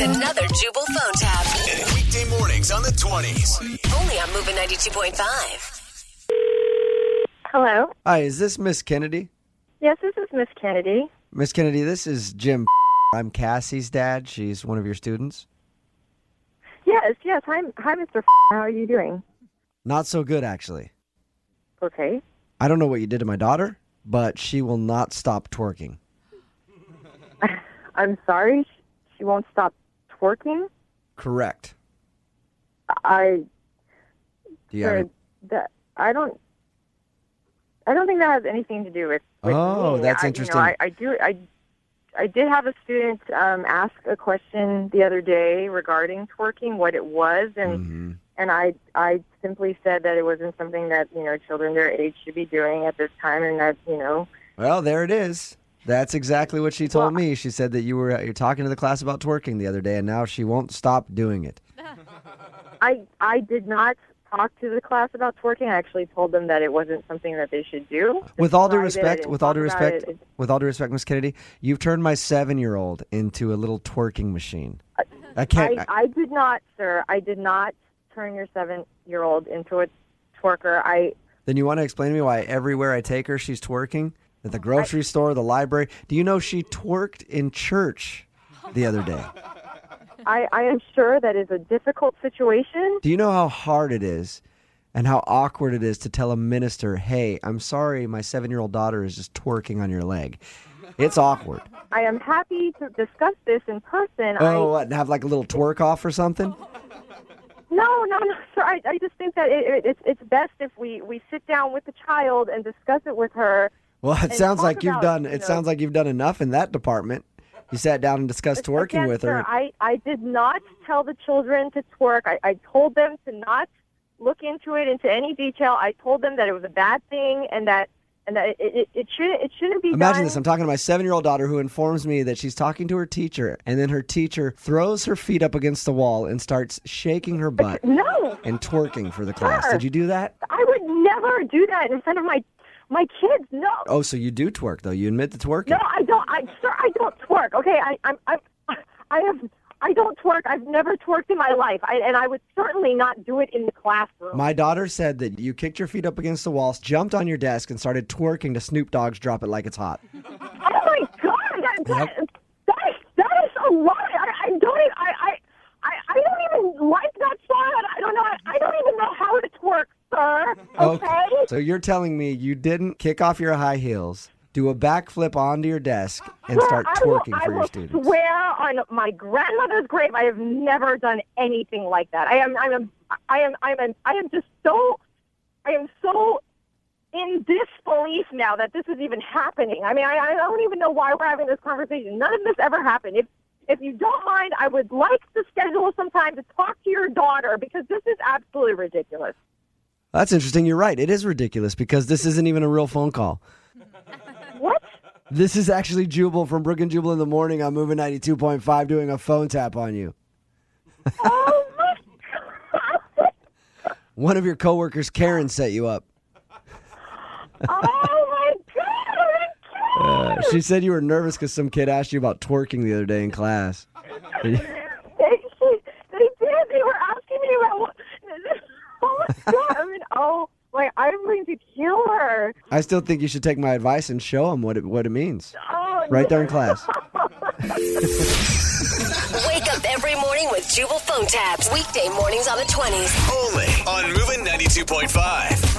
another Jubal phone tab. Weekday mornings on the 20s. Only on Moving 92.5. Hello. Hi, is this Miss Kennedy? Yes, this is Miss Kennedy. Miss Kennedy, this is Jim. I'm Cassie's dad. She's one of your students. Yes, yes. Hi, hi, Mr. How are you doing? Not so good, actually. Okay. I don't know what you did to my daughter, but she will not stop twerking. I'm sorry. sh- She won't stop twerking. Correct. I Do you have any- that I don't. I don't think that has anything to do with. with Oh, me. that's I, interesting. You know, I, I do. I I did have a student um, ask a question the other day regarding twerking, what it was, and Mhm. and I I simply said that it wasn't something that you know children their age should be doing at this time, and that you know Well, there it is. That's exactly what she told Well, me. She said that you were you're talking to the class about twerking the other day, and now she won't stop doing it. I I did not talk to the class about twerking. I actually told them that it wasn't something that they should do. With all due Private respect, and with all due talk about respect, it. with all due respect, Miss Kennedy, you've turned my seven-year-old into a little twerking machine. I can't. I, I did not, sir. I did not turn your seven-year-old into a twerker. I Then you want to explain to me why everywhere I take her, she's twerking? At the grocery store, the library. Do you know she twerked in church the other day? I, I am sure that is a difficult situation. Do you know how hard it is and how awkward it is to tell a minister, hey, I'm sorry, my seven year old daughter is just twerking on your leg? It's awkward. I am happy to discuss this in person. Oh, I, what? and Have like a little twerk off or something? no, no, no, sir. I, I just think that it, it, it's it's best if we we sit down with the child and discuss it with her. Well, it And sounds talk like you've about, done. you It know- sounds like you've done enough in that department. You sat down and discussed twerking Again, with sir, her. I, I did not tell the children to twerk. I, I told them to not look into it into any detail. I told them that it was a bad thing and that and that it, it, it shouldn't it shouldn't be Imagine done. this. I'm talking to my seven year old daughter who informs me that she's talking to her teacher, and then her teacher throws her feet up against the wall and starts shaking her butt no, and twerking for the class. Did you do that? I would never do that in front of my my kids. No, Oh, so you do twerk, though. You admit to twerking. no, I don't. I sir, I don't twerk. Okay, I I'm, I'm I have. I don't twerk. I've never twerked in my life, I, and I would certainly not do it in the classroom. My daughter said that you kicked your feet up against the walls, jumped on your desk, and started twerking to Snoop Dogg's Drop It Like It's Hot. Oh my god! That, that, that is that is a lot. I, I don't. Even, I, I I I don't even like that song. I don't know. I, I don't even know how to twerk, sir. Okay. So you're telling me you didn't kick off your high heels, do a backflip onto your desk, and Sir, start I will, twerking I for your will students? swear on my grandmother's grave, I have never done anything like that. I am. I am. I am. I am. I am just so. I am so in disbelief now that this is even happening. I mean, I, I don't even know why we're having this conversation. None of this ever happened. If if you don't mind, I would like to schedule some time to talk to your daughter because this is absolutely ridiculous. That's interesting. You're right. It is ridiculous because this isn't even a real phone call. What? This is actually Jubal from Brook and Jubal in the morning on Moving 92.5 doing a phone tap on you. Oh my god. One of your coworkers, Karen, set you up. Oh my god. I'm Uh, she said you were nervous because some kid asked you about twerking the other day in class. they, they did. They were asking me about what. Oh my god! I mean, oh, like I'm going to kill her. I still think you should take my advice and show them what it, what it means. Oh, Right there in class. Wake up every morning with Jubal phone tabs. Weekday mornings on the 20s. Only on Moving 92.5.